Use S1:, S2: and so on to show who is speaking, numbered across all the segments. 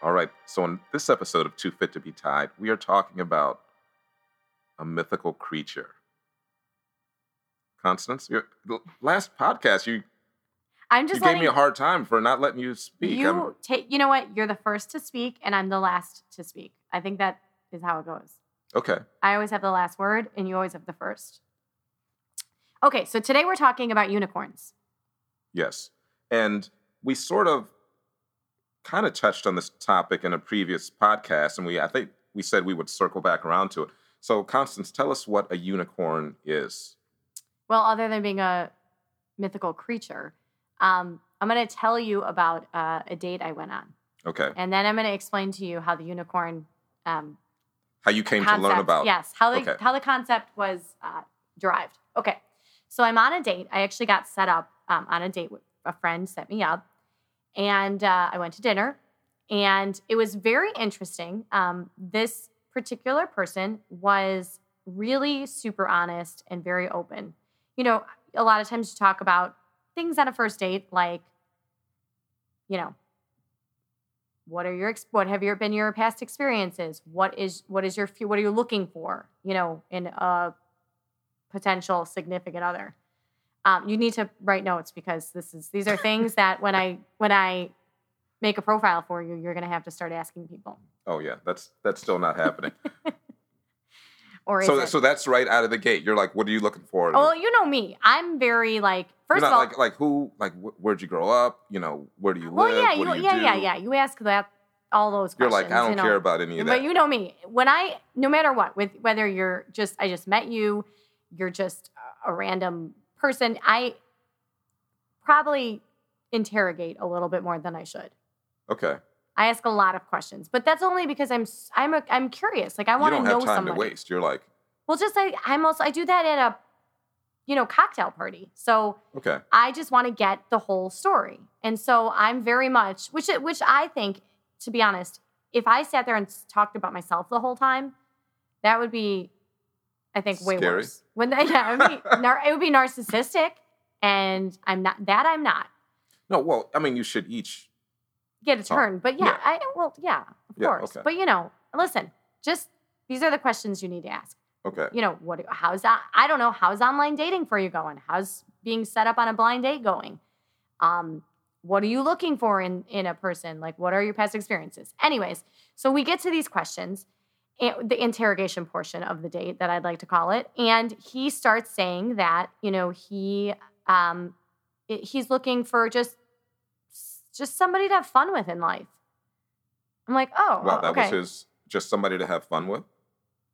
S1: All right, so in this episode of Too Fit to Be Tied, we are talking about a mythical creature. Constance, your the last podcast, you,
S2: I'm
S1: you
S2: just
S1: gave
S2: letting
S1: me a hard time for not letting you speak. I'm-
S2: you take, you know what? You're the first to speak, and I'm the last to speak. I think that is how it goes.
S1: okay.
S2: I always have the last word, and you always have the first. Okay, so today we're talking about unicorns.
S1: Yes. And we sort of kind of touched on this topic in a previous podcast, and we I think we said we would circle back around to it. So, Constance, tell us what a unicorn is.
S2: Well, other than being a mythical creature, um, I'm going to tell you about uh, a date I went on,
S1: Okay.
S2: and then I'm going to explain to you how the unicorn um,
S1: How you came to learn
S2: concept,
S1: about
S2: yes how the
S1: Okay.
S2: how the concept was uh, derived okay so i'm on a date i actually got set up um, on a date with a friend set me up and uh, i went to dinner and it was very interesting um, this particular person was really super honest and very open you know a lot of times you talk about things on a first date like you know what are your ex- what have your been your past experiences what is what is your fu- what are you looking for you know in a potential significant other um, you need to write notes because this is these are things that when i when i make a profile for you you're going to have to start asking people
S1: Oh yeah, that's that's still not happening.
S2: or is
S1: so
S2: it,
S1: so that's right out of the gate. You're like, what are you looking for?
S2: oh well, you know me i'm very like
S1: You're
S2: first
S1: not
S2: of all
S1: like like who like wh- where'd you grow up? You know, where do you
S2: well
S1: live?
S2: yeah
S1: what
S2: you,
S1: do you
S2: yeah
S1: do?
S2: yeah yeah you ask that all those
S1: You're
S2: questions
S1: like, I don't
S2: you know.
S1: care about any of that.
S2: But you know me. When I, no matter what, with whether you're just, I just met you, you're just a random person. I probably interrogate a little bit more than I should.
S1: okay.
S2: I ask a lot of questions, but that's only because I'm s- I'm a, I'm curious. Like I
S1: you
S2: want to
S1: don't
S2: know
S1: have time
S2: somebody.
S1: to waste. You're like,
S2: Well, just I I'm also I do that at a you know cocktail party. So
S1: okay.
S2: I just want to get the whole story. And so I'm very much, which which I think, to be honest, if I sat there and s- talked about myself the whole time, that would be, I think, way
S1: Scary.
S2: worse. When that, yeah, it would, be, nar- it would be narcissistic, and I'm not that. I'm not
S1: No, well, I mean, you should each
S2: get a
S1: Oh,
S2: turn, but yeah,
S1: yeah.
S2: I well, yeah, of
S1: Yeah,
S2: course.
S1: okay.
S2: But you know, listen, just these are the questions you need to ask.
S1: okay.
S2: You know, what? How's that? I don't know. How's online dating for you going? How's being set up on a blind date going? um, what are you looking for in in a person like what are your past experiences anyways so we get to these questions and- the interrogation portion of the date that i'd like to call it and he starts saying that you know he um it- he's looking for just just somebody to have fun with in life i'm like oh
S1: Wow, that was
S2: okay
S1: his just somebody to have fun with.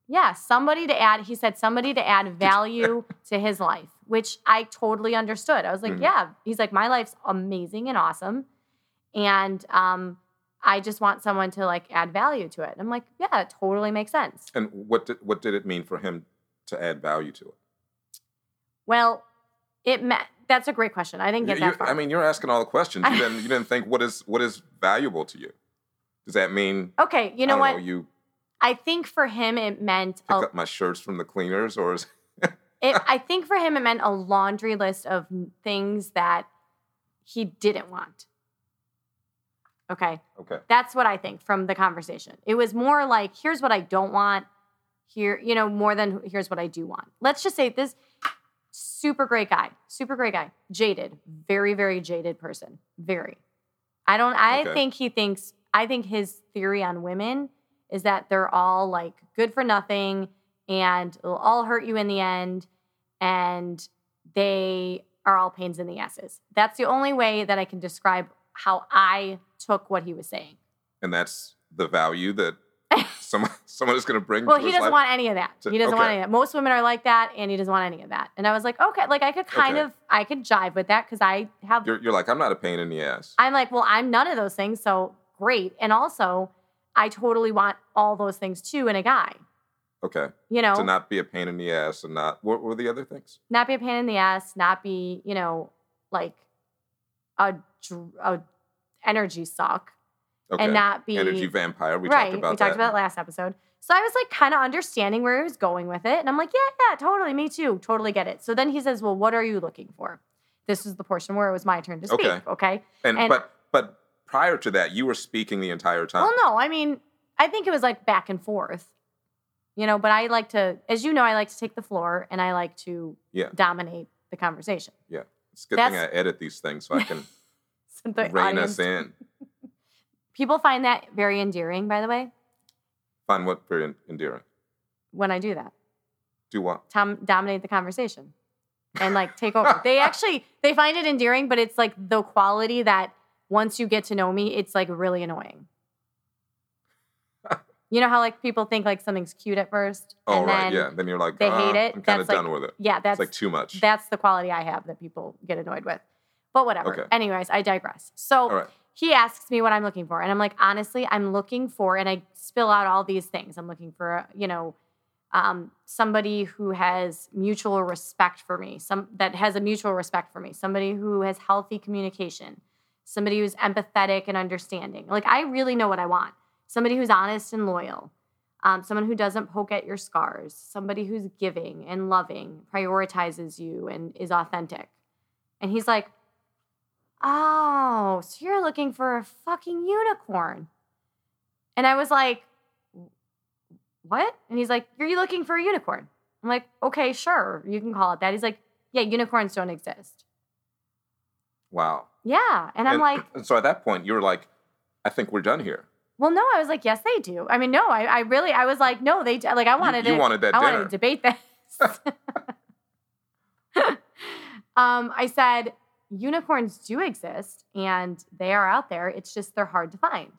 S2: yeah somebody to add he said somebody to add value to his life which i totally understood i was like
S1: Mhm.
S2: yeah he's like my life's amazing and awesome and um i just want someone to like add value to it and i'm like yeah it totally makes sense
S1: And what did what did it mean for him to add value to it?
S2: well it meant that's a great question i didn't get
S1: You- you-
S2: that far
S1: I mean, you're asking all the questions. You didn't you didn't think what is what is valuable to you? Does that mean
S2: okay you
S1: I
S2: know
S1: don't
S2: what Oh.
S1: you
S2: i think for him it meant
S1: pick
S2: a,
S1: up my shirts from the cleaners or is
S2: it, i think for him it meant a laundry list of things that he didn't want okay
S1: okay.
S2: That's what I think from the conversation. It was more like, here's what I don't want. Here, you know, more than here's what I do want. Let's just say this super great guy, super great guy, jaded, very, very jaded person. Very. I don't, I
S1: Okay.
S2: think he thinks, I think his theory on women is that they're all like good for nothing and it'll all hurt you in the end. And they are all pains in the asses. That's the only way that I can describe how I took what he was saying.
S1: And that's the value that Someone, someone is going to bring.
S2: Well,
S1: to
S2: he
S1: his
S2: doesn't
S1: life.
S2: want any of that.
S1: To-
S2: He doesn't want
S1: okay.
S2: any of that. Most women are like that, and he doesn't want any of that. And I was like, okay, like I could kind
S1: Okay.
S2: of, I could jive with that because I have,
S1: You're, you're like, I'm not a pain in the ass.
S2: I'm like, well, I'm none of those things, so great. And also, I totally want all those things too in a guy.
S1: okay,
S2: You know,
S1: to not be a pain in the ass and not. What were the other things?
S2: not be a pain in the ass, not be, you know, like a, dr- a energy suck,
S1: Okay,
S2: and not be
S1: energy vampire. We
S2: right.
S1: talked about
S2: we talked
S1: that.
S2: about it last episode. So I was like kind of understanding where he was going with it. And I'm like, yeah, yeah, totally. Me too. Totally get it. So then he says, well, what are you looking for? This is the portion where it was my turn to speak.
S1: Okay.
S2: Okay.
S1: and,
S2: and-
S1: but but prior to that, you were speaking the entire time.
S2: Well, no, I mean, I think it was like back and forth, you know, but I like to, as you know, I like to take the floor and I like to
S1: Yeah.
S2: dominate the conversation.
S1: it's a good thing I
S2: that's-
S1: edit these things so I can
S2: So the
S1: rein
S2: audience-
S1: us in.
S2: People find that very endearing, by the way,
S1: Find what very en- endearing.
S2: when I do that.
S1: Do what?
S2: tom- dominate the conversation and like take over. they actually they find it endearing, but it's like the quality that once you get to know me, it's like really annoying. you know how like people think like something's cute at first,
S1: Oh
S2: and
S1: right,
S2: then
S1: yeah. Then you're like,
S2: they
S1: uh,
S2: hate it.
S1: I'm kind of
S2: That's like-
S1: done with it.
S2: yeah, that's
S1: It's like too much.
S2: that's the quality I have that people get annoyed with. But whatever.
S1: Okay.
S2: Anyways, I digress. So
S1: All right.
S2: he asks me what I'm looking for. And I'm like, honestly, I'm looking for, and I spill out all these things. I'm looking for, you know, um, somebody who has mutual respect for me, some that has a mutual respect for me, somebody who has healthy communication, somebody who's empathetic and understanding. Like, I really know what I want. Somebody who's honest and loyal, um, someone who doesn't poke at your scars, somebody who's giving and loving, prioritizes you and is authentic. And he's like, Oh, so you're looking for a fucking unicorn. And I was like, What? And he's like, Are you looking for a unicorn? I'm like, Okay, sure, you can call it that. He's like, Yeah, unicorns don't exist.
S1: Wow.
S2: Yeah. And I'm like,
S1: and so at that point, you were like, I think we're done here.
S2: Well, no, I was like, Yes, they do. I mean, no, I, I really, I was like, No, they do. Like, I
S1: You-
S2: wanted
S1: you,
S2: it.
S1: wanted that
S2: I
S1: dinner.
S2: wanted to debate this. um, I said, unicorns do exist and they are out there. It's just they're hard to find.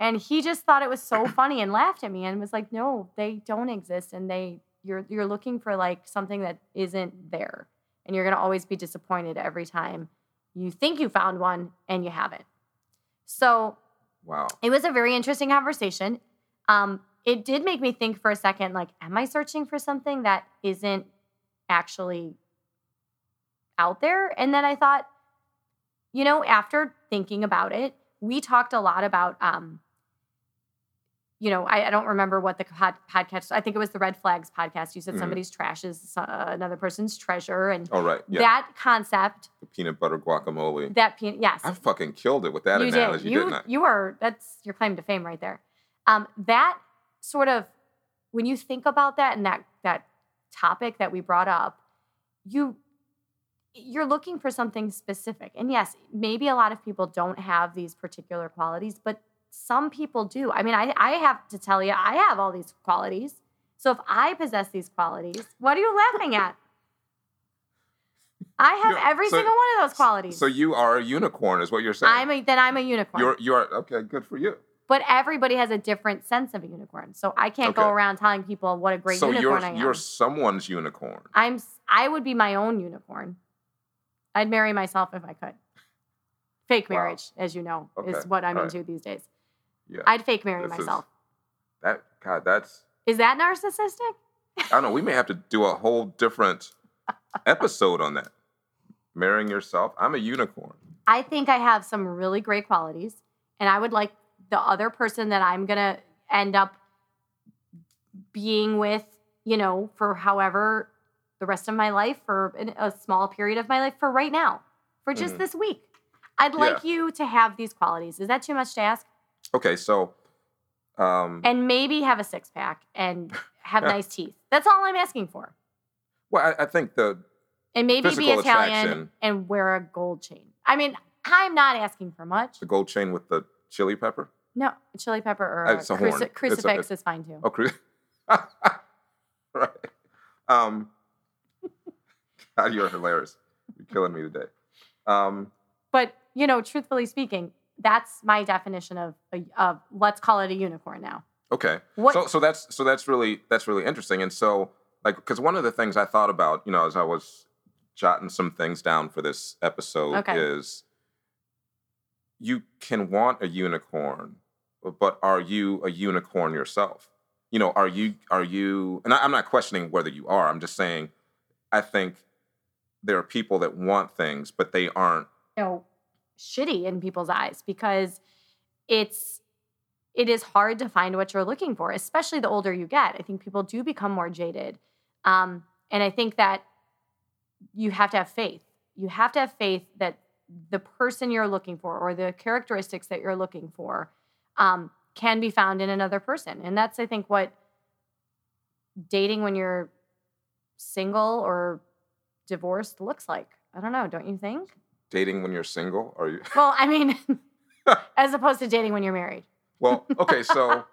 S2: And he just thought it was so funny and laughed at me and was like, no, they don't exist. And they you're you're looking for like something that isn't there. And you're gonna always be disappointed every time you think you found one and you haven't. So
S1: wow.
S2: it was a very interesting conversation. Um, it did make me think for a second, like, am I searching for something that isn't actually out there? And then I thought, you know, after thinking about it, we talked a lot about, um, you know, I, I don't remember what the pod, podcast. I think it was the Red Flags podcast. You said
S1: Mhm.
S2: somebody's trash is uh, another person's treasure, and
S1: All right. Yeah.
S2: that concept.
S1: the peanut butter guacamole.
S2: That pe- yes,
S1: I fucking killed it with that
S2: you
S1: analogy,
S2: did. You
S1: didn't I?
S2: you are that's your claim to fame right there. Um, that sort of when you think about that and that that topic that we brought up, you you're looking for something specific. And yes, maybe a lot of people don't have these particular qualities, but some people do. I mean, I I have to tell you, I have all these qualities. So if I possess these qualities, what are you laughing at? I have
S1: You're-
S2: every
S1: so-
S2: single one of those qualities.
S1: So you are a unicorn, is what you're saying.
S2: I'm a, then I'm a unicorn.
S1: You're you are okay. Good for you.
S2: But everybody has a different sense of a unicorn. So I can't go
S1: Okay.
S2: around telling people what a great
S1: so
S2: unicorn
S1: you're
S2: I am.
S1: you're someone's unicorn.
S2: I'm s- I would be my own unicorn. I'd marry myself if I could. Fake
S1: Wow.
S2: marriage, as you know, is
S1: Okay.
S2: what I'm
S1: All right.
S2: into these days.
S1: Yeah.
S2: I'd fake marry
S1: This is-
S2: myself.
S1: that God, that's
S2: Is, that narcissistic?
S1: I don't know. We may have to do a whole different episode on that. Marrying yourself. I'm a unicorn.
S2: I think I have some really great qualities, and I would like the other person that I'm gonna end up being with, you know, for however the rest of my life, for an- a small period of my life, for right now, for just
S1: Mhm.
S2: this week. I'd
S1: Yeah.
S2: like you to have these qualities. Is that too much to ask?
S1: Okay, so um
S2: And maybe have a six pack and have nice teeth. That's all I'm asking for.
S1: well I, I think the
S2: And maybe be
S1: Physical
S2: Italian
S1: attraction.
S2: and wear a gold chain. I mean, I'm not asking for much.
S1: the gold chain with the chili pepper.
S2: No, chili pepper or
S1: Uh,
S2: a
S1: it's a
S2: cruci-
S1: horn. It's a-
S2: crucifix
S1: it's-
S2: is fine too.
S1: Oh, cru- right. Um, God, you're hilarious. You're killing me today. Um,
S2: But you know, truthfully speaking, that's my definition of a, of let's call it a unicorn now.
S1: Okay.
S2: What-
S1: So so that's so that's really that's really interesting. And so like because one of the things I thought about, you know, as I was jotting some things down for this episode
S2: Okay.
S1: is you can want a unicorn, but are you a unicorn yourself? You know, are you are you and I, I'm not questioning whether you are. I'm just saying I think there are people that want things, but they aren't
S2: you know shitty in people's eyes because it's it is hard to find what you're looking for especially the older you get i think people do become more jaded um, and i think that you have to have faith you have to have faith that the person you're looking for or the characteristics that you're looking for um, can be found in another person and that's i think what dating when you're single or divorced looks like i don't know don't you think
S1: dating when you're single. Are you
S2: well, I mean, as opposed to dating when you're married.
S1: Well, okay, so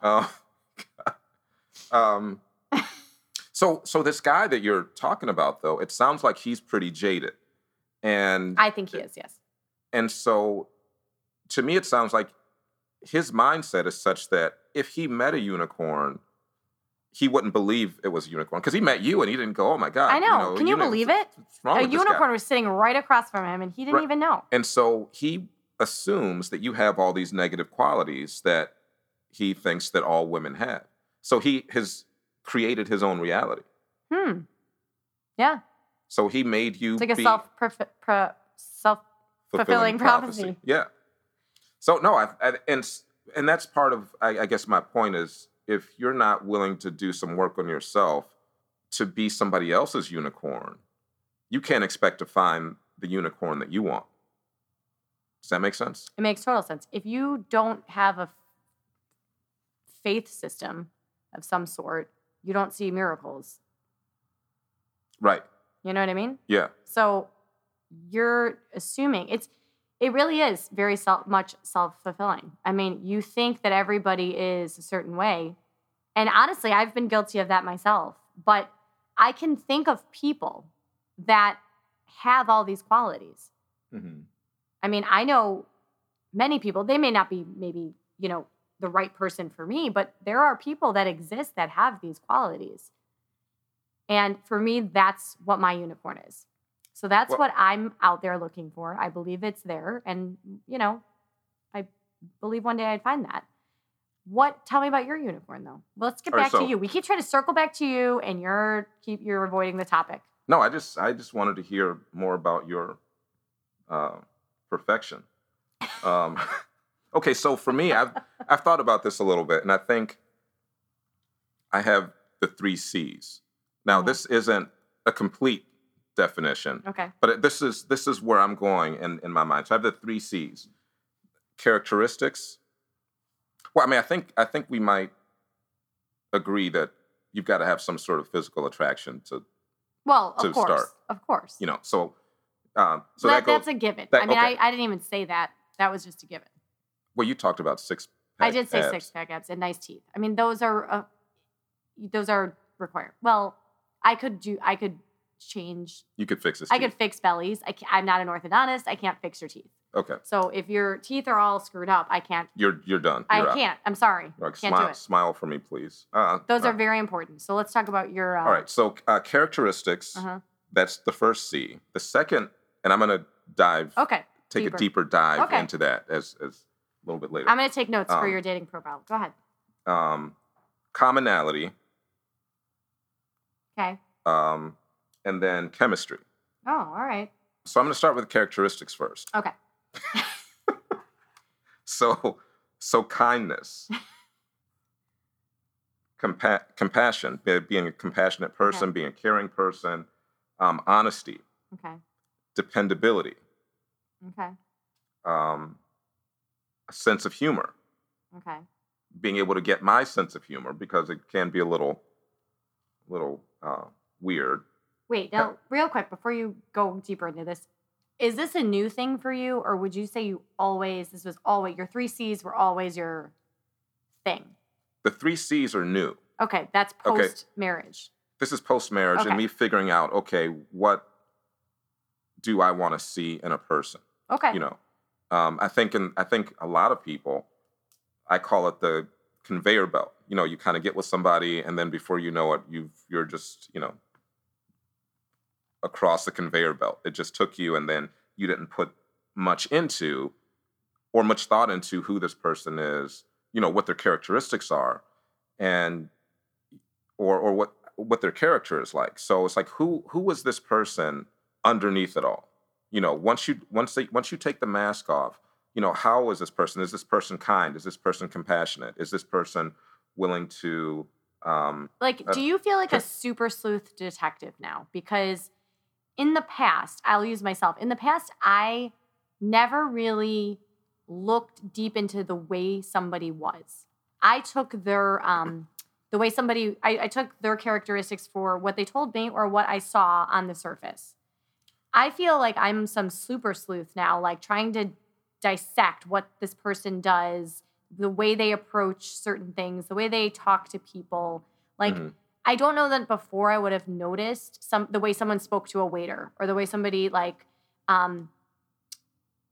S1: uh, um so so this guy that you're talking about though, it sounds like he's pretty jaded. And
S2: I think he is, yes.
S1: and so to me it sounds like his mindset is such that if he met a unicorn, he wouldn't believe it was a unicorn because he met you and he didn't go, "Oh my god."
S2: I know. Can you
S1: uni-
S2: believe it?
S1: What's wrong
S2: A
S1: with this guy?"
S2: unicorn was sitting right across from him and he didn't
S1: Right.
S2: even know.
S1: And so he assumes that you have all these negative qualities that he thinks that all women have. So he has created his own reality.
S2: Hmm. Yeah.
S1: So he made you
S2: It's like a
S1: be
S2: self pro self fulfilling prophecy.
S1: Yeah. So no, I, I and s- and that's part of I, I guess my point is if you're not willing to do some work on yourself to be somebody else's unicorn, you can't expect to find the unicorn that you want. Does that make sense?
S2: It makes total sense. If you don't have a faith system of some sort, you don't see miracles.
S1: Right.
S2: You know what I mean?
S1: Yeah.
S2: So you're assuming it's it really is very self much self-fulfilling. I mean, you think that everybody is a certain way. And honestly, I've been guilty of that myself, but I can think of people that have all these qualities.
S1: Mm-hmm.
S2: I mean, I know many people, they may not be maybe, you know, the right person for me, but there are people that exist that have these qualities. And for me, that's what my unicorn is. So that's
S1: Well-
S2: what I'm out there looking for. I believe it's there. And, you know, I believe one day I'd find that. What tell me about your unicorn though? Well, let's get
S1: All right,
S2: back
S1: so-
S2: to you. We keep trying to circle back to you and you're keep you're avoiding the topic.
S1: No, I just I just wanted to hear more about your uh, perfection. Um, okay, so for me, I've I've thought about this a little bit, and I think I have the three C's. Now,
S2: Mhm.
S1: this isn't a complete definition,
S2: Okay.
S1: but it, this is this is where I'm going in in my mind. So I have the three C's: characteristics. Well, I mean, I think I think we might agree that you've got to have some sort of physical attraction to
S2: Well,
S1: To
S2: of course.
S1: start.
S2: Of course.
S1: you know so um so
S2: that,
S1: that, goes
S2: that's a given.
S1: that-
S2: I mean,
S1: okay.
S2: I, I didn't even say that. That was just a given.
S1: well you talked about six
S2: I did say six pack abs and nice teeth. I mean, those are uh, those are required. Well, I could do. I could change.
S1: you could fix this
S2: I could fix bellies. I can, I'm not an orthodontist. I can't fix your teeth.
S1: okay
S2: So if your teeth are all screwed up, I can't.
S1: you're you're done
S2: I
S1: You're out.
S2: can't. I'm sorry.
S1: Like,
S2: can't
S1: smile
S2: do it.
S1: smile for me please uh,
S2: Those
S1: uh,
S2: are very important. So let's talk about your. Uh,
S1: all right so uh, characteristics
S2: Uh-huh.
S1: that's the first c the second and i'm gonna dive
S2: Okay.
S1: take
S2: deeper.
S1: a deeper dive
S2: Okay.
S1: into that as as a little bit later
S2: I'm going to take notes for
S1: Um,
S2: your dating profile. Go ahead.
S1: um commonality
S2: Okay.
S1: um and then chemistry
S2: Oh, all right.
S1: So I'm going to start with characteristics first.
S2: Okay.
S1: so, so kindness, compa- compassion, be- being a compassionate person, being a caring person, um, honesty,
S2: Okay.
S1: dependability,
S2: Okay.
S1: um, a sense of humor,
S2: Okay.
S1: being able to get my sense of humor because it can be a little, little uh, weird.
S2: Wait, now, real quick, before you go deeper into this, is this a new thing for you, or would you say you always, this was always, your three C's were always your thing?
S1: The three C's are new.
S2: Okay, that's
S1: Okay.
S2: post marriage.
S1: this is post marriage
S2: Okay.
S1: and me figuring out okay what do i want to see in a person
S2: Okay.
S1: you know um, i think in, i think a lot of people i call it the conveyor belt. You know, you kind of get with somebody, and then before you know it, you've you're just you know across the conveyor belt. It just took you, and then you didn't put much into or much thought into who this person is. You know what their characteristics are, and or or what what their character is like. So it's like who who was this person underneath it all? You know, once you once they once you take the mask off, you know, how is this person? Is this person kind? Is this person compassionate? Is this person willing to um
S2: Like,
S1: Uh,
S2: do you feel like a super sleuth detective now? Because in the past, I'll use myself. In the past, I never really looked deep into the way somebody was. I took their um the way somebody I, I took their characteristics for what they told me or what I saw on the surface. I feel like I'm some super sleuth now, like trying to dissect what this person does, the way they approach certain things, the way they talk to people. Like
S1: Mhm.
S2: I don't know that before I would have noticed some the way someone spoke to a waiter or the way somebody like um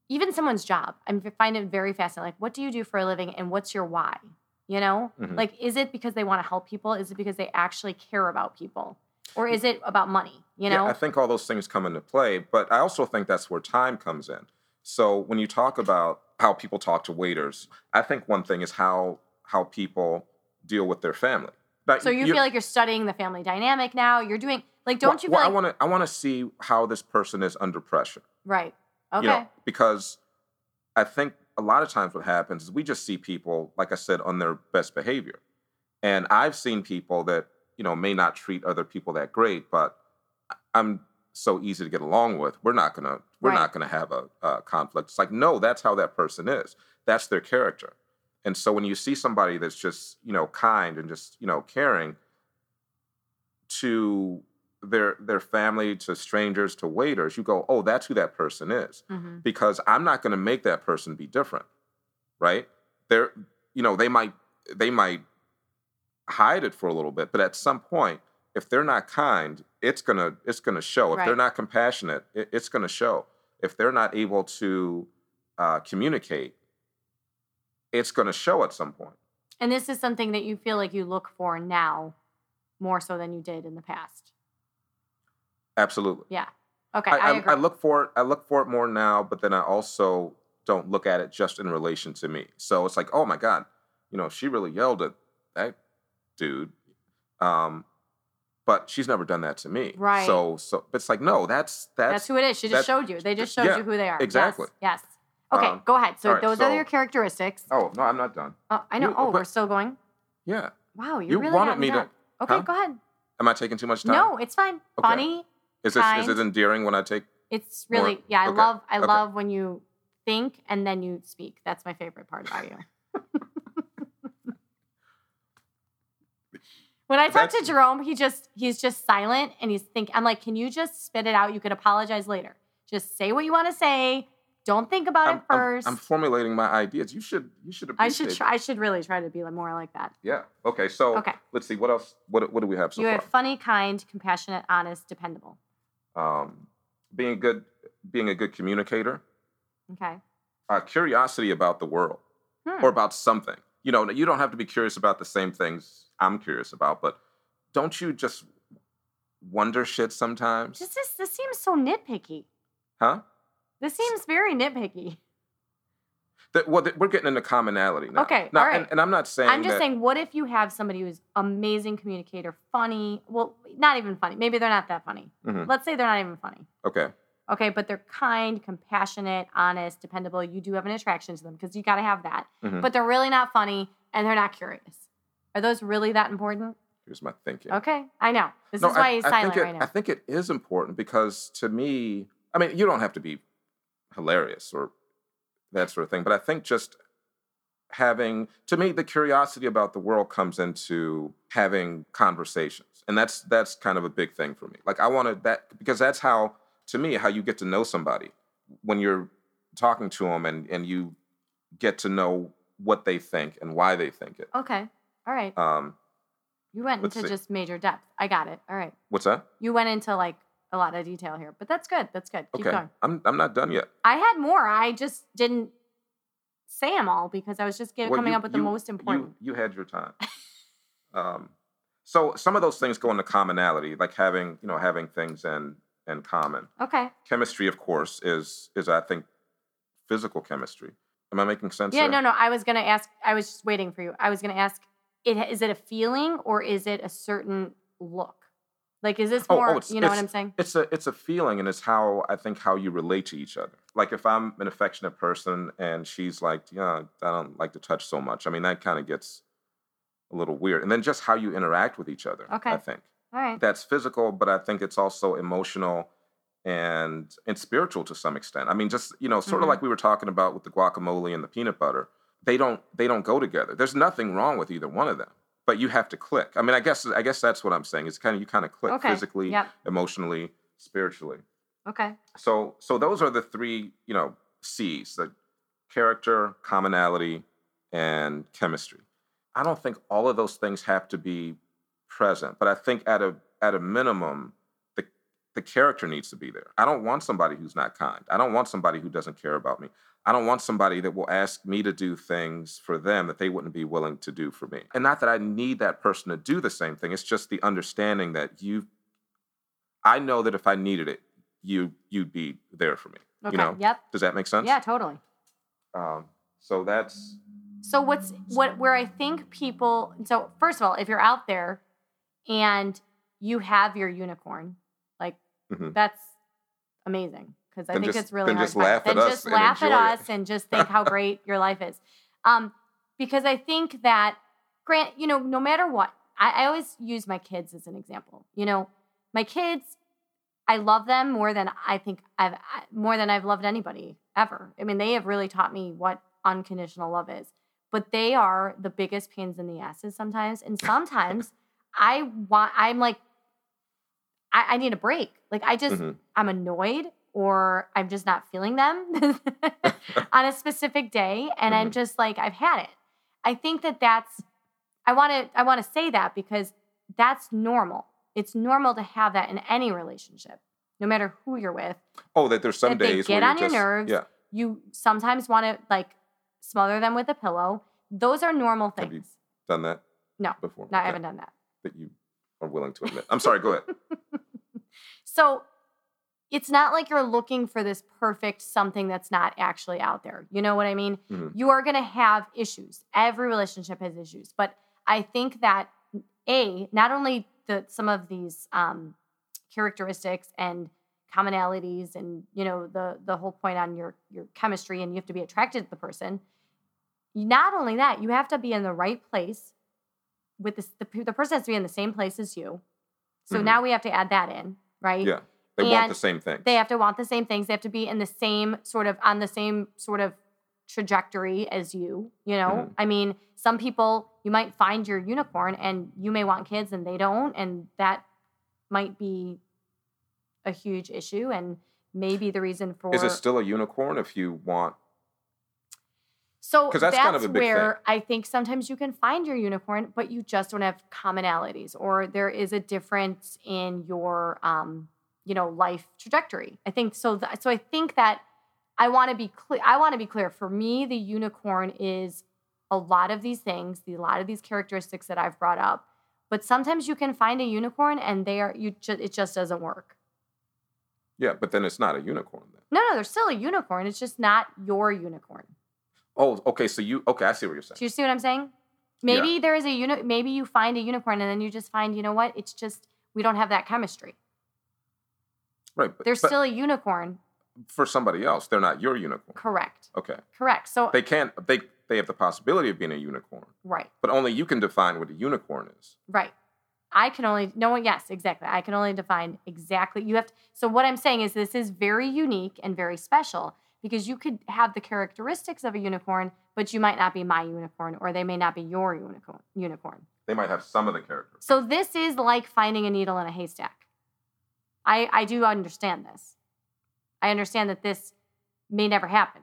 S2: even someone's job. I find it very fascinating. Like, what do you do for a living and what's your why? You know?
S1: Mhm.
S2: Like, is it because they want to help people? Is it because they actually care about people? Or is it about money? You know?
S1: Yeah, I think all those things come into play, but I also think that's where time comes in. So when you talk about how people talk to waiters, I think one thing is how how people deal with their family. Like,
S2: So you
S1: you're-
S2: feel like you're studying the family dynamic now. You're doing like,
S1: well,
S2: don't you feel
S1: well,
S2: like
S1: I want to I want to see how this person is under pressure.
S2: right? Okay,
S1: You know, because I think a lot of times what happens is we just see people, like I said, on their best behavior. And I've seen people that, you know, may not treat other people that great, but I- I'm so easy to get along with. We're not gonna we're
S2: Right.
S1: not gonna have a, a conflict. It's like, no, that's how that person is. That's their character. And so when you see somebody that's just, you know, kind and just, you know, caring to their their family, to strangers, to waiters, you go, oh, that's who that person is
S2: hmm
S1: because I'm not going to make that person be different, right? They're, you know, they might they might hide it for a little bit, but at some point, if they're not kind, it's gonna it's gonna show. If they're
S2: Right.
S1: not compassionate, it, it's gonna show. If they're not able to uh, communicate, it's gonna show at some point.
S2: and this is something that you feel like you look for now more so than you did in the past.
S1: Absolutely.
S2: Okay,
S1: I,
S2: I,
S1: I,
S2: agree.
S1: I look for it. I look for it more now, but then I also don't look at it just in relation to me. So it's like, oh my god, you know, she really yelled at that dude, um, but she's never done that to me.
S2: Right.
S1: So so, but it's like, no, that's that's,
S2: that's who it is. She
S1: that's-
S2: just showed you. They just showed
S1: yeah,
S2: you who they are. Yes,
S1: exactly.
S2: Yes. Okay,
S1: Um,
S2: go ahead. So
S1: all right,
S2: those
S1: so-
S2: are your characteristics.
S1: Oh no, I'm not done.
S2: Oh, I know.
S1: you-
S2: oh,
S1: but-
S2: we're still going.
S1: Yeah,
S2: Wow, you,
S1: you
S2: really
S1: wanted
S2: got
S1: me to-
S2: up. Okay,
S1: huh?
S2: go ahead.
S1: am I taking too much time?
S2: No, it's fine.
S1: Okay.
S2: Funny.
S1: Is this
S2: kind.
S1: is it endearing when I take?
S2: It's
S1: More-
S2: really yeah. I
S1: okay,
S2: love I
S1: okay.
S2: love when you think and then you speak. That's my favorite part about you. when I talk to
S1: That's-
S2: Jerome, he just he's just silent and he's think. I'm like, can you just spit it out? You could apologize later. Just say what you want to say. Don't think about
S1: I'm,
S2: it
S1: I'm-
S2: 1st
S1: I'm, formulating my ideas. You should you should
S2: I
S1: appreciate.
S2: should try, I should really try to be more like that.
S1: Yeah. Okay. So
S2: Okay.
S1: let's see what else. What what do we have so
S2: you
S1: far?
S2: are funny, kind, compassionate, honest, dependable.
S1: um, being a good being a good communicator
S2: Okay.
S1: uh, curiosity about the world
S2: Hmm.
S1: or about something you know you don't have to be curious about the same things i'm curious about but don't you just wonder shit sometimes
S2: This is this seems so nitpicky.
S1: huh
S2: This seems very nitpicky.
S1: that, well that, we're getting into commonality now
S2: Okay,
S1: now
S2: all right.
S1: and, and i'm not saying
S2: I'm just
S1: that-
S2: saying, what if you have somebody who's amazing communicator, funny? Well, not even funny. Maybe they're not that funny.
S1: Mhm.
S2: Let's say they're not even funny.
S1: okay
S2: Okay, but they're kind, compassionate, honest, dependable. You do have an attraction to them because you got to have that.
S1: Mhm.
S2: But they're really not funny and they're not curious. Are those really that important?
S1: here's my thinking
S2: Okay, I know. This
S1: No,
S2: is why
S1: I,
S2: he's
S1: I
S2: silent
S1: think it,
S2: right now.
S1: I think it is important because to me, I mean, you don't have to be hilarious or that sort of thing, but I think just having, to me, the curiosity about the world comes into having conversations, and that's that's kind of a big thing for me. Like I wanted that because that's how, to me, how you get to know somebody when you're talking to them and and you get to know what they think and why they think it.
S2: okay, all right.
S1: Um,
S2: You went
S1: let's
S2: into
S1: see.
S2: just major depth. I got it. All right.
S1: what's that?
S2: You went into like a lot of detail here, but that's good. That's good. Keep
S1: okay,
S2: going.
S1: I'm I'm not done yet.
S2: I had more. I just didn't say them all because I was just get,
S1: Well,
S2: coming
S1: you-
S2: up with the
S1: you-
S2: most important.
S1: You, you had your time. um, so some of those things go into commonality, like having you know having things in in common.
S2: okay.
S1: Chemistry, of course, is is I think physical chemistry. Am I making sense?
S2: yeah,
S1: there?
S2: no, no. I was gonna ask. I was just waiting for you. I was gonna ask. It is it a feeling or is it a certain look? Like, is this
S1: Oh, oh,
S2: more?
S1: it's-
S2: you know what
S1: it's-
S2: I'm saying?
S1: It's a it's a feeling, and it's how I think how you relate to each other. Like if I'm an affectionate person, and she's like, yeah, I don't like to touch so much. I mean, that kind of gets a little weird. And then just how you interact with each other.
S2: Okay.
S1: I think.
S2: All right.
S1: that's physical, but I think it's also emotional and and spiritual to some extent. I mean, just you know, sort
S2: Mhm.
S1: of like we were talking about with the guacamole and the peanut butter, they don't they don't go together. There's nothing wrong with either one of them, but you have to click. I mean, I guess I guess that's what I'm saying. It's kind of you kind of click
S2: Okay.
S1: physically,
S2: Yep.
S1: emotionally, spiritually.
S2: Okay.
S1: So so those are the three you know C's: the character, commonality, and chemistry. I don't think all of those things have to be present, but I think at a at a minimum, the the character needs to be there. I don't want somebody who's not kind. I don't want somebody who doesn't care about me. I don't want somebody that will ask me to do things for them that they wouldn't be willing to do for me. And not that I need that person to do the same thing. It's just the understanding that you I know that if I needed it, you you'd be there for me.
S2: Okay.
S1: You know,
S2: yep.
S1: does that make sense?
S2: Yeah. Totally.
S1: Um, so that's
S2: So what's what where I think people so first of all, if you're out there and you have your unicorn, like
S1: Mhm.
S2: that's amazing because I
S1: Then
S2: think
S1: just-
S2: it's really
S1: then
S2: hard
S1: just
S2: to find.
S1: laugh at
S2: then
S1: us
S2: just
S1: and
S2: laugh at
S1: enjoy it.
S2: us and just think how great your life is. Um, because I think that grant, you know, no matter what, I, I always use my kids as an example. You know, my kids, I love them more than I think I've I- more than I've loved anybody ever. I mean, they have really taught me what unconditional love is. But they are the biggest pains in the asses sometimes, and sometimes I want. I'm like, I, I need a break. Like I just,
S1: Mhm.
S2: I'm annoyed, or I'm just not feeling them on a specific day, and I'm
S1: Mhm.
S2: just like, I've had it. I think that that's. I want to. I want to say that because that's normal. It's normal to have that in any relationship, no matter who you're with.
S1: oh that there's some
S2: That they
S1: days
S2: get
S1: where
S2: on
S1: you
S2: your
S1: just,
S2: nerves,
S1: Yeah.
S2: You sometimes want to like smother them with a pillow. Those are normal
S1: Have you-
S2: things.
S1: Done that?
S2: No,
S1: Before.
S2: No, I
S1: Okay.
S2: haven't done that.
S1: That you are willing to admit. I'm sorry, go ahead.
S2: So it's not like you're looking for this perfect something that's not actually out there. You know what I mean?
S1: Mhm.
S2: You are going to have issues. Every relationship has issues. But I think that, A, not only the, some of these um, characteristics and commonalities and you know the the whole point on your your chemistry and you have to be attracted to the person not only that you have to be in the right place with this the, pe- the person has to be in the same place as you so
S1: Mhm.
S2: now we have to add that in right
S1: Yeah. They want
S2: And
S1: the same thing.
S2: they have to want the same things. They have to be in the same sort of on the same sort of trajectory as you. You know,
S1: Mhm.
S2: I mean, some people you might find your unicorn and you may want kids and they don't, and that might be a huge issue and maybe the reason for
S1: Is it still a unicorn if you want?
S2: so
S1: 'Cause
S2: that's,
S1: that's kind of a big
S2: where I think sometimes you can find your unicorn, but you just don't have commonalities, or there is a difference in your, um, you know, life trajectory. I think so. Th- so I think that I want to be clear. I want to be clear. For me, the unicorn is a lot of these things, the, a lot of these characteristics that I've brought up. But sometimes you can find a unicorn, and they are you. Ju- it just doesn't work.
S1: Yeah, but then it's not a unicorn then.
S2: No, no, they're still a unicorn. It's just not your unicorn.
S1: Oh, okay. So you okay? I see what you're saying.
S2: Do you see what I'm saying?
S1: Yeah.
S2: Maybe there is a uni- maybe you find a unicorn and then you just find, you know what? It's just we don't have that chemistry.
S1: right, but,
S2: There's
S1: but
S2: still a unicorn.
S1: for somebody else. They're not your unicorn.
S2: Correct.
S1: Okay,
S2: Correct. So
S1: they can't. They they have the possibility of being a unicorn,
S2: right,
S1: but only you can define what a unicorn is.
S2: right. I can only no one yes, exactly. I can only define exactly you have to, so what I'm saying is this is very unique and very special because you could have the characteristics of a unicorn, but you might not be my unicorn or they may not be your unicorn unicorn.
S1: They might have some of the characters.
S2: So this is like finding a needle in a haystack. I I do understand this. I understand that this may never happen.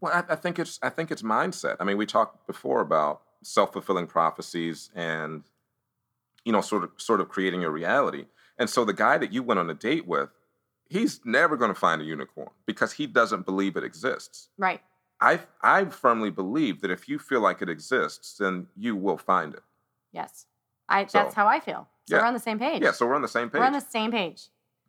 S1: Well, I, I think it's I think it's mindset. I mean, we talked before about self fulfilling prophecies and you know sort of sort of creating your reality. And so the guy that you went on a date with, he's never going to find a unicorn because he doesn't believe it exists.
S2: Right.
S1: I I firmly believe that if you feel like it exists, then you will find it.
S2: Yes. I
S1: So-
S2: that's how I feel. So
S1: Yeah.
S2: we're on the same page.
S1: Yeah, so we're on the same page.
S2: We're on the same page.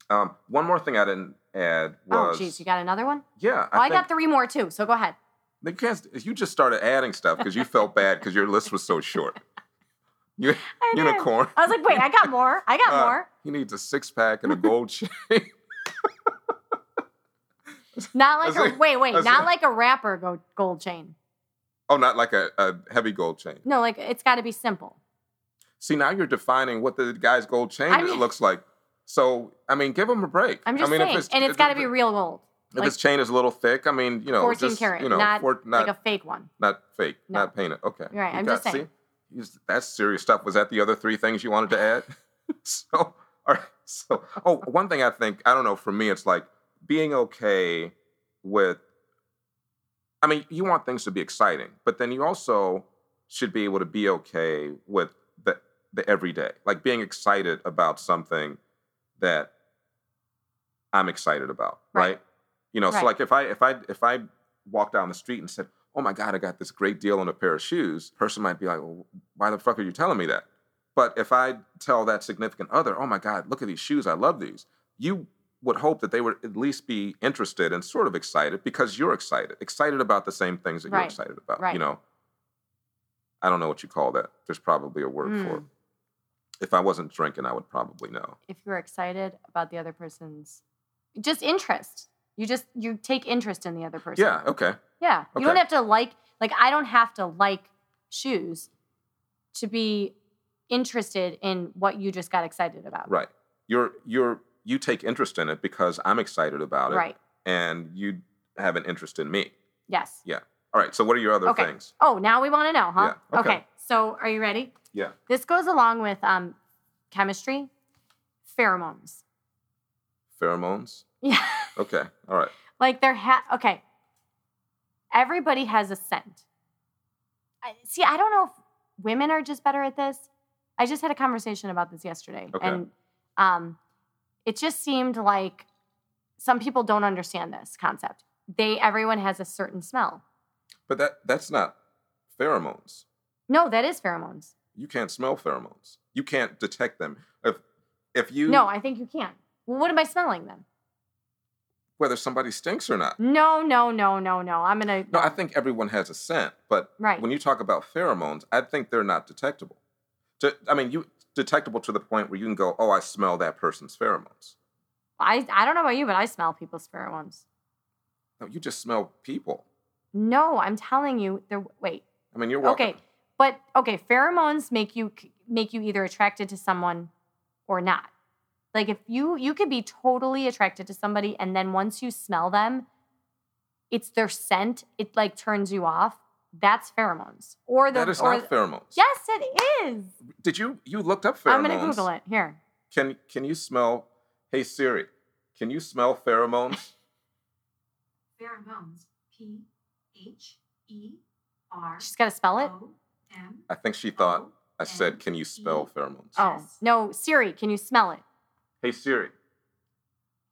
S1: um, one more thing I didn't add was
S2: Oh geez, you got another one?
S1: yeah.
S2: Well, I,
S1: think,
S2: got three more too, so go ahead.
S1: You, can't, you just started adding stuff because you felt bad because your list was so short. You,
S2: I did.
S1: unicorn.
S2: I was like, wait, I got more. I got
S1: Uh,
S2: more.
S1: He needs a six pack and a gold chain.
S2: Not like
S1: that's
S2: a
S1: it.
S2: wait, wait,
S1: That's
S2: not
S1: it.
S2: like a rapper go, gold chain.
S1: Oh, not like a, a heavy gold chain.
S2: No, like it's got to be simple.
S1: See, now you're defining what the guy's gold chain
S2: I mean-
S1: looks like. So, I mean, give him a break.
S2: I'm just
S1: I mean,
S2: saying, and it's
S1: if
S2: got to
S1: it-
S2: be real gold,
S1: If
S2: like-
S1: his chain is a little thick, I mean, you know,
S2: 14
S1: just,
S2: karat,
S1: you know,
S2: not
S1: for- not,
S2: like a fake one.
S1: not fake,
S2: No.
S1: not painted. Okay,
S2: You're right,
S1: You
S2: I'm just
S1: got-
S2: saying.
S1: See, He's- that's serious stuff. Was that the other three things you wanted to add? so, all right. So, oh, one thing I think I don't know. For me, it's like being okay with. I mean, you want things to be exciting, but then you also should be able to be okay with the the everyday, like being excited about something that I'm excited about,
S2: Right.
S1: right? You know,
S2: Right.
S1: so like if I if I if I walked down the street and said, "Oh my God, I got this great deal on a pair of shoes," person might be like, well, "Why the fuck are you telling me that?" But if I tell that significant other, "Oh my God, look at these shoes, I love these," you would hope that they would at least be interested and sort of excited because you're excited, excited about the same things that
S2: Right.
S1: you're excited about.
S2: Right.
S1: You know, I don't know what you call that. There's probably a word for it.
S2: Mm.
S1: If I wasn't drinking, I would probably know.
S2: If you're excited about the other person's just interest, you just you take interest in the other person.
S1: Yeah. Okay.
S2: Yeah. You don't
S1: Okay.
S2: have to like like I don't have to like shoes to be interested in what you just got excited about.
S1: Right. You're you're you take interest in it because I'm excited about it.
S2: Right.
S1: And you have an interest in me.
S2: Yes.
S1: All right. So what are your other
S2: Okay.
S1: things?
S2: Oh, now we want to know, huh?
S1: Yeah, okay.
S2: So are you ready?
S1: Yeah.
S2: This goes along with um chemistry, pheromones.
S1: Pheromones.
S2: Yeah.
S1: Okay. All right.
S2: like there ha okay. Everybody has a scent. I, see, I don't know if women are just better at this. I just had a conversation about this yesterday,
S1: Okay.
S2: and um, it just seemed like some people don't understand this concept. They everyone has a certain smell.
S1: But that that's not pheromones.
S2: No, that is pheromones.
S1: You can't smell pheromones. You can't detect them. If if you
S2: No, I think you can. Well, what am I smelling then?
S1: whether somebody stinks or not.
S2: No, no, no, no, no. I'm gonna
S1: No, I think everyone has a scent, but
S2: right.
S1: when you talk about pheromones, I think they're not detectable. To, I mean, you detectable to the point where you can go, "Oh, I smell that person's pheromones."
S2: I I don't know about you, but I smell people's pheromones.
S1: No, you just smell people.
S2: No, I'm telling you. There. Wait.
S1: I mean, you're walking.
S2: Okay, but okay, pheromones make you make you either attracted to someone or not. Like if you you could be totally attracted to somebody and then once you smell them, it's their scent, it like turns you off. That's pheromones. Or the
S1: That is
S2: or
S1: not pheromones.
S2: Yes, it is.
S1: Did you you looked up pheromones?
S2: I'm going to Google it. Here.
S1: Can can you smell? Hey Siri, can you smell pheromones?
S3: Pheromones. P H E R
S2: She's got to spell it.
S3: O M.
S1: I think she thought I
S3: N
S1: said, "Can you
S3: E.
S1: spell pheromones?"
S2: Oh,
S3: Yes.
S2: no, Siri, can you smell it?
S1: Hey Siri,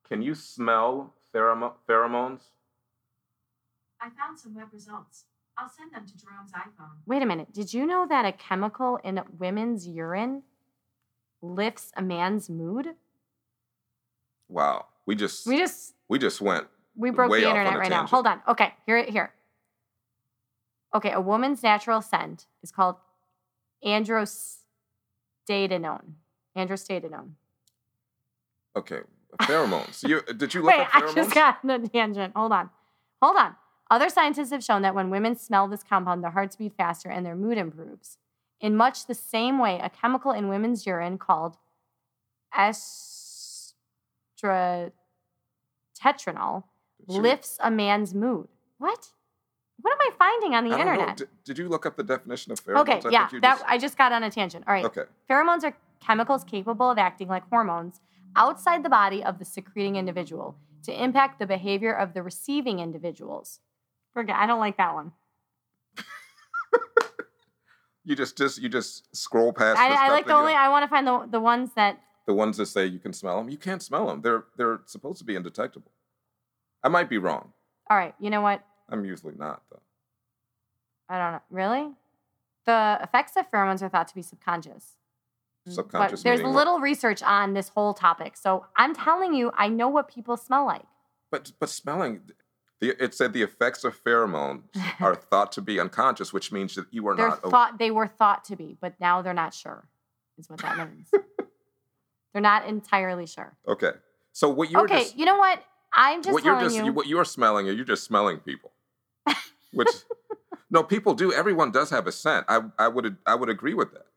S1: can you smell pheromo- pheromones?
S3: I found some web results. I'll send them to Jerome's iPhone.
S2: Wait a minute. Did you know that a chemical in women's urine lifts a man's mood?
S1: Wow, we just
S2: We
S1: we,
S2: just
S1: just went.
S2: We broke
S1: Way
S2: the
S1: off on
S2: internet
S1: a
S2: right now.
S1: tangent.
S2: Hold on. Okay, here, here. Okay, a woman's natural scent is called androstatinone. Androstatinone.
S1: Okay, pheromones. you did you look
S2: Wait,
S1: up
S2: I
S1: pheromones?
S2: just got on a tangent. Hold on. Hold on. Other scientists have shown that when women smell this compound, their hearts beat faster and their mood improves. In much the same way, a chemical in women's urine called estra tetranol
S1: Siri,
S2: lifts a man's mood. What? What am I finding on
S1: I
S2: the
S1: don't know.
S2: internet?
S1: Did, did you look up the definition of pheromones?
S2: Okay,
S1: I
S2: yeah,
S1: think you
S2: that
S1: just-
S2: I just got on a tangent. All right,
S1: okay.
S2: pheromones are chemicals capable of acting like hormones outside the body of the secreting individual to impact the behavior of the receiving individuals. Forget, I don't like that one.
S1: You just just you just scroll past. the
S2: I, I
S1: stuff
S2: like
S1: that
S2: the
S1: you
S2: only. I want to find the the ones that.
S1: the ones that say you can smell them you can't smell them they're they're supposed to be indetectable i might be wrong
S2: All right, you know what?
S1: I'm usually not
S2: Mm,
S1: though.
S2: I don't know. Really? The effects of pheromones are thought to be subconscious.
S1: Subconscious.
S2: but there's
S1: meaning what?
S2: little research on this whole topic. So I'm telling you, I know what people smell like.
S1: But but smelling, the, it said the effects of pheromones are thought to be unconscious, which means that you are
S2: They're
S1: not. aw-
S2: thought they were thought to be, but now they're not sure. Is what that means. they're not entirely sure.
S1: okay. So what you're
S2: okay,
S1: just,
S2: you know what? I'm just
S1: what you're
S2: telling
S1: just
S2: you.
S1: what you're smelling, are you just smelling people? Which no, people do. Everyone does have a scent. I I would I would agree with that.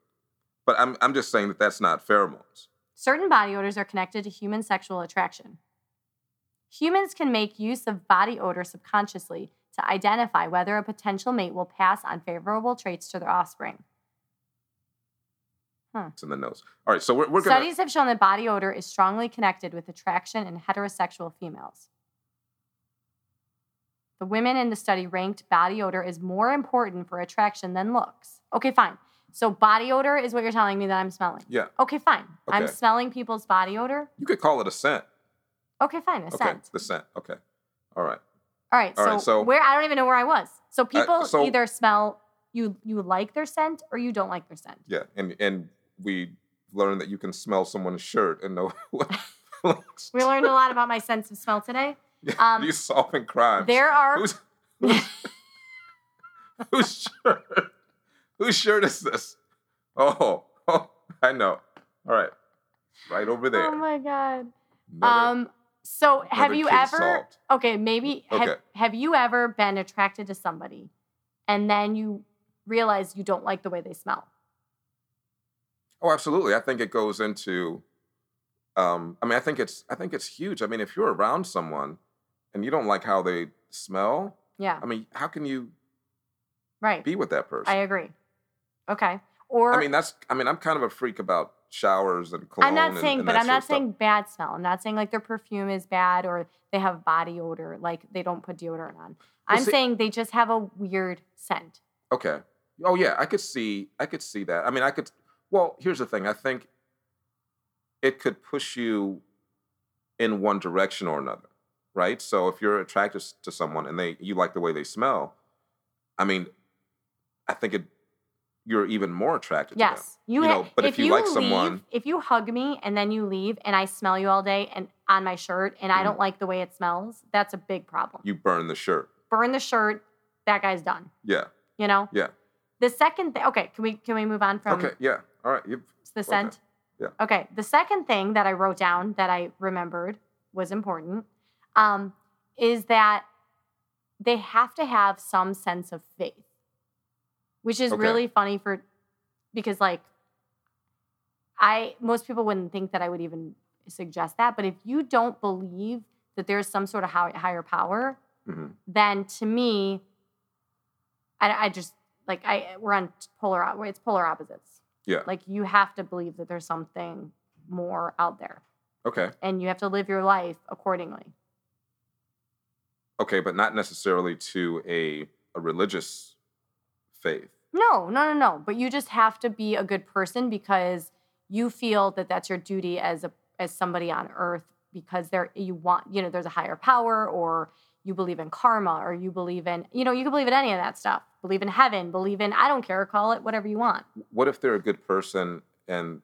S1: But I'm I'm just saying that that's not pheromones.
S2: certain body odors are connected to human sexual attraction. Humans can make use of body odor subconsciously to identify whether a potential mate will pass on favorable traits to their offspring.
S1: It's in the nose. All right. So we're we're gonna.
S2: Studies have shown that body odor is strongly connected with attraction in heterosexual females. The women in the study ranked body odor is more important for attraction than looks. Okay, fine. So body odor is what you're telling me that I'm smelling.
S1: Yeah.
S2: Okay, fine. I'm
S1: Okay.
S2: smelling people's body odor.
S1: You could call it a scent.
S2: Okay, fine. A
S1: Okay.
S2: scent.
S1: The scent. Okay. All right.
S2: All right.
S1: All
S2: so,
S1: right, so- Uh,
S2: where I don't even know where I was. So people
S1: so-
S2: either smell you you like their scent or you don't like their scent.
S1: Yeah. And and we learned that you can smell someone's shirt and know what. belongs
S2: We learned a lot about my sense of smell today.
S1: Yeah,
S2: Um,
S1: These solving crimes.
S2: There are
S1: who's, who's, whose shirt? Whose shirt is this? Oh, oh, I know. All right, right over there.
S2: oh my god.
S1: Another-
S2: um. So have
S1: another
S2: you
S1: case
S2: ever?
S1: solved.
S2: Okay, maybe have
S1: Okay.
S2: have you ever been attracted to somebody, and then you realize you don't like the way they smell?
S1: Oh, absolutely. I think it goes into. Um, I mean, I think it's I think it's huge. I mean, if you're around someone and you don't like how they smell,
S2: Yeah.
S1: I mean, how can you
S2: Right.
S1: be with that
S2: I
S1: person?
S2: agree. Okay. Or
S1: I mean, that's. I mean, I'm kind of a freak about showers and cologne.
S2: I'm not
S1: and-
S2: saying,
S1: and
S2: but
S1: that
S2: I'm
S1: sort
S2: not
S1: of stuff.
S2: saying bad smell. I'm not saying like their perfume is bad or they have body odor, like they don't put deodorant on. I'm
S1: see-
S2: saying they just have a weird scent.
S1: Okay. Oh yeah, I could see I could see that. I mean, I could well, here's the thing. I think it could push you in one direction or another, right? So if you're attracted s- to someone and they you like the way they smell, I mean, I think it you're even more attracted to them.
S2: Yes, you,
S1: You
S2: ha-
S1: know, but if you like someone-
S2: if you hug me and then you leave, and I smell you all day and on my shirt,
S1: Mm.
S2: and I don't like the way it smells, that's a big problem.
S1: You burn the shirt.
S2: Burn the shirt. That guy's done.
S1: Yeah.
S2: You know.
S1: Yeah.
S2: The second thing. Okay, can we can we move on from
S1: okay, yeah. All right. You,
S2: the
S1: Okay.
S2: scent.
S1: Yeah.
S2: Okay. The second thing that I wrote down that I remembered was important um, is that they have to have some sense of faith, which is
S1: Okay.
S2: really funny for because like I most people wouldn't think that I would even suggest that, but if you don't believe that there's some sort of hi- higher power,
S1: mhm.
S2: then to me, I, I just like I we're on polar op- it's polar opposites.
S1: Yeah.
S2: Like you have to believe that there's something more out there,
S1: Okay.
S2: and you have to live your life accordingly.
S1: Okay, but not necessarily to a a religious faith.
S2: No, no, no, no. But you just have to be a good person because you feel that that's your duty as a as somebody on earth because there you want you know there's a higher power or you believe in karma or you believe in you know you can believe in any of that stuff believe in heaven believe in i don't care call it whatever you want
S1: what if they're a good person and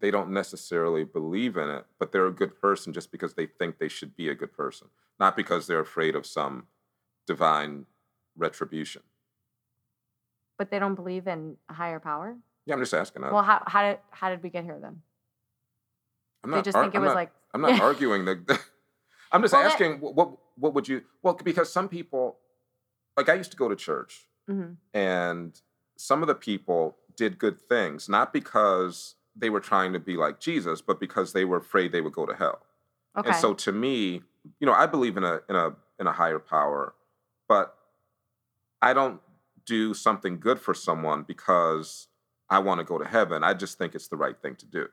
S1: they don't necessarily believe in it, but they're a good person just because they think they should be a good person, not because they're afraid of some divine retribution.
S2: but they don't believe in a higher power.
S1: Yeah, I'm just asking. I,
S2: Well, how how did how did we get here then?
S1: I'm
S2: They just
S1: ar-
S2: think it
S1: I'm
S2: was
S1: not-
S2: like
S1: I'm not arguing the. I'm just
S2: Well, that-
S1: asking wh- what what would you well because some people, like I used to go to church
S2: mhm,
S1: and some of the people did good things not because they were trying to be like Jesus, but because they were afraid they would go to hell.
S2: okay.
S1: And so to me, you know, I believe in a in a in a higher power, but I don't do something good for someone because I want to go to heaven. I just think it's the right thing to do.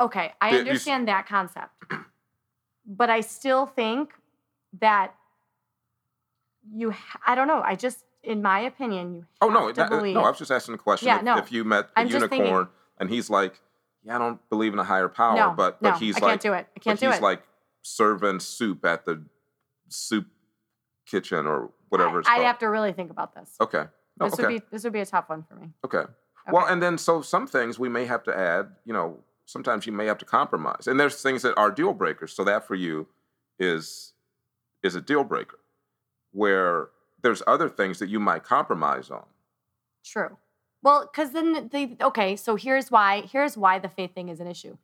S2: okay, I
S1: Yeah, you s-
S2: understand that concept, but I still think that you. ha- I don't know. I just, in my opinion, you.
S1: Oh
S2: have
S1: no,
S2: to
S1: it- no,
S2: believe.
S1: I was just asking a question.
S2: Yeah,
S1: if,
S2: no.
S1: if you met a
S2: I'm just thinking-
S1: unicorn and he's like, "Yeah, I don't believe in a higher power,"
S2: no,
S1: but
S2: no,
S1: but he's
S2: I
S1: like,
S2: can't do it. I can't
S1: but
S2: do
S1: he's
S2: it.
S1: like serving soup at the soup kitchen or whatever it's
S2: I,
S1: called.
S2: would have to really think about this.
S1: okay. No,
S2: this
S1: okay.
S2: would be this would be a tough one for me.
S1: okay. Well,
S2: Okay.
S1: and then so some things we may have to add. You know, sometimes you may have to compromise, and there's things that are deal breakers. So that for you is is a deal breaker, where there's other things that you might compromise on.
S2: True. Well, because then the okay. So here's why. Here's why the faith thing is an issue.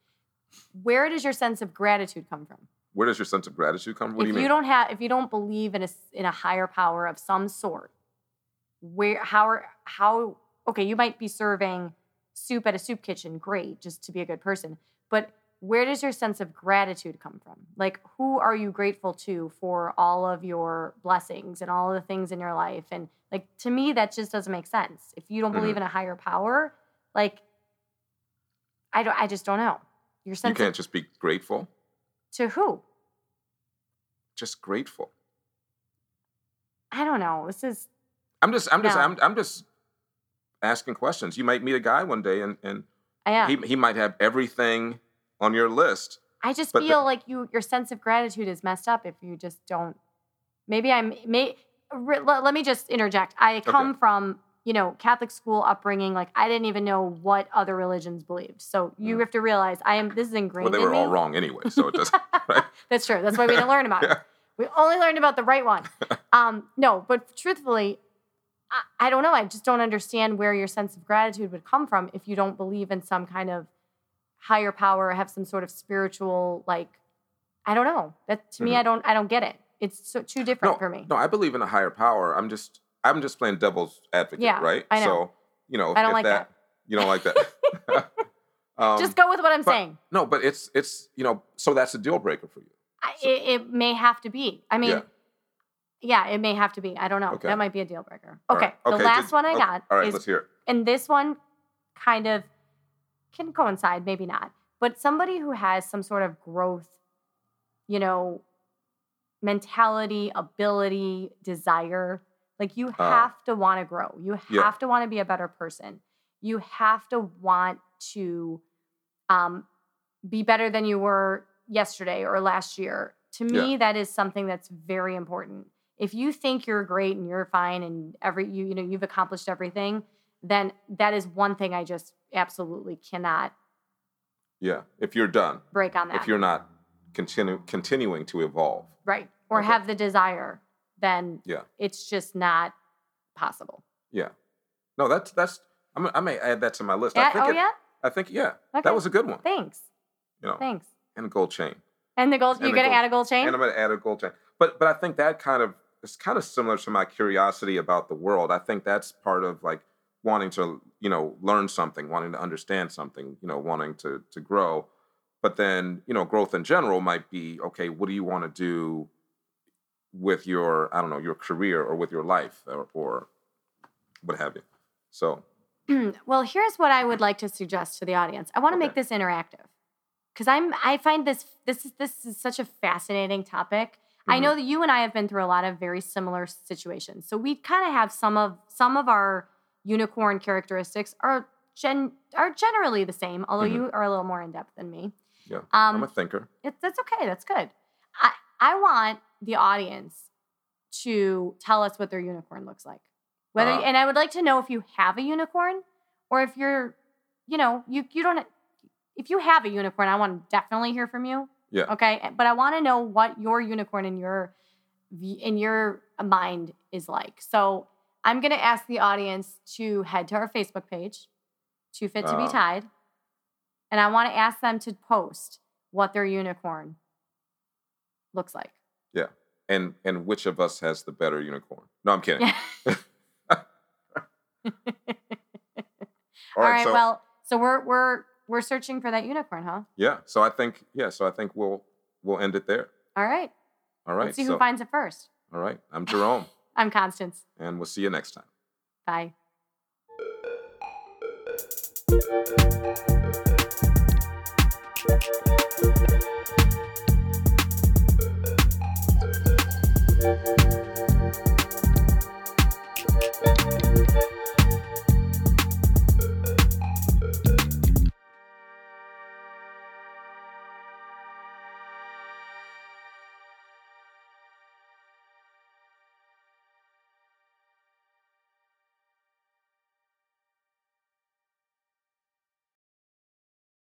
S2: Where does your sense of gratitude come from?
S1: Where does your sense of gratitude come? from? What do
S2: if
S1: you
S2: you,
S1: mean?
S2: don't have, if you don't believe in a s- in a higher power of some sort, where how are how okay? You might be serving soup at a soup kitchen, great, just to be a good person. But where does your sense of gratitude come from? Like, who are you grateful to for all of your blessings and all of the things in your life? And like to me, that just doesn't make sense. If you don't
S1: Mm-hmm.
S2: believe in a higher power, like I don't, I just don't know. Your
S1: you
S2: sense of,
S1: can't just be grateful.
S2: to who?
S1: Just grateful.
S2: I don't know. This is
S1: I'm just, I'm just,
S2: No.
S1: I'm, I'm just asking questions. You might meet a guy one day, and and
S2: yeah.
S1: he he might have everything on your list.
S2: I just
S1: But the-
S2: feel like you your sense of gratitude is messed up if you just don't. Maybe I'm may. Re, let, let me just interject. I come from you know Catholic school upbringing. Like I didn't even know what other religions believed. So you
S1: Mm.
S2: have to realize I am. This is
S1: Well,
S2: ingrained.
S1: they were
S2: in
S1: all
S2: me.
S1: wrong anyway, so it doesn't. right?
S2: That's true. That's why we didn't learn about it.
S1: Yeah.
S2: We only learned about the right one. Um, no, but truthfully, I, I don't know. I just don't understand where your sense of gratitude would come from if you don't believe in some kind of higher power or have some sort of spiritual like I don't know. That to me,
S1: Mhm.
S2: I don't I don't get it. It's so, too different for me.
S1: No, I believe in a higher power. I'm just I'm just playing devil's advocate,
S2: Yeah,
S1: right?
S2: I know.
S1: So you know,
S2: I don't
S1: if
S2: like that.
S1: You don't like that. um,
S2: just go with what I'm
S1: but-
S2: saying.
S1: no, but it's it's you know, so that's a deal breaker for you.
S2: I, it, it may have to be. I mean,
S1: Yeah.
S2: yeah. it may have to be. I don't know.
S1: Okay.
S2: That might be a deal breaker.
S1: All
S2: Okay.
S1: right.
S2: The
S1: did-
S2: last one I
S1: okay,
S2: got
S1: All right,
S2: is
S1: let's hear it.
S2: and this one kind of can coincide, maybe not, but somebody who has some sort of growth, you know, mentality, ability, desire. Like you
S1: Oh.
S2: have to want to grow. You have
S1: Yeah.
S2: to want to be a better person. You have to want to um, be better than you were yesterday or last year. To
S1: Yeah.
S2: me, that is something that's very important. If you think you're great and you're fine and every you you know you've accomplished everything, then that is one thing I just absolutely cannot
S1: Yeah, if you're done,
S2: break on that.
S1: if you're not continu- continuing to evolve,
S2: right. Or
S1: Okay.
S2: have the desire, then
S1: Yeah.
S2: it's just not possible.
S1: yeah. No, that's that's. I'm, I may add that to my list. I
S2: Yeah,
S1: think
S2: oh
S1: it-
S2: yeah?
S1: I think yeah,
S2: Okay.
S1: that was a good one.
S2: Thanks.
S1: You know,
S2: Thanks.
S1: and a gold chain.
S2: And the gold
S1: And
S2: you're
S1: the
S2: gonna
S1: gold-
S2: add a gold chain?
S1: and I'm going to add a gold chain. But but I think that kind of it's kind of similar to my curiosity about the world. I think that's part of like wanting to you know learn something, wanting to understand something, you know, wanting to to grow. But then you know, growth in general might be okay. What do you want to do with your I don't know your career or with your life or, or what have you? So
S2: well, here's what I would like to suggest to the audience. I want to
S1: Okay.
S2: make this interactive because I'm I find this this is this is such a fascinating topic. I
S1: mm-hmm.
S2: know that you and I have been through a lot of very similar situations, so we kind of have some of some of our unicorn characteristics are gen are generally the same, although
S1: Mhm.
S2: you are a little more in depth than me.
S1: yeah, I'm
S2: Um,
S1: a thinker.
S2: it's that's okay. That's good. I I want the audience to tell us what their unicorn looks like. Whether
S1: Ah.
S2: and I would like to know if you have a unicorn or if you're, you know, you you don't. If you have a unicorn, I want to definitely hear from you.
S1: Yeah.
S2: Okay, but I want to know what your unicorn in your v- in your mind is like. So I'm gonna ask the audience to head to our Facebook page, Too Fit to
S1: Ah.
S2: Be Tied, and I want to ask them to post what their unicorn looks like.
S1: And and which of us has the better unicorn? No, I'm kidding.
S2: Yeah.
S1: All
S2: All right.
S1: so-
S2: well, so we're we're we're searching for that unicorn, huh?
S1: Yeah. So I think yeah. So I think we'll we'll end it there.
S2: All right.
S1: All right.
S2: Let's see
S1: so
S2: who finds it first.
S1: all right. I'm Jerome,
S2: I'm Constance.
S1: and we'll see you next time.
S2: Bye.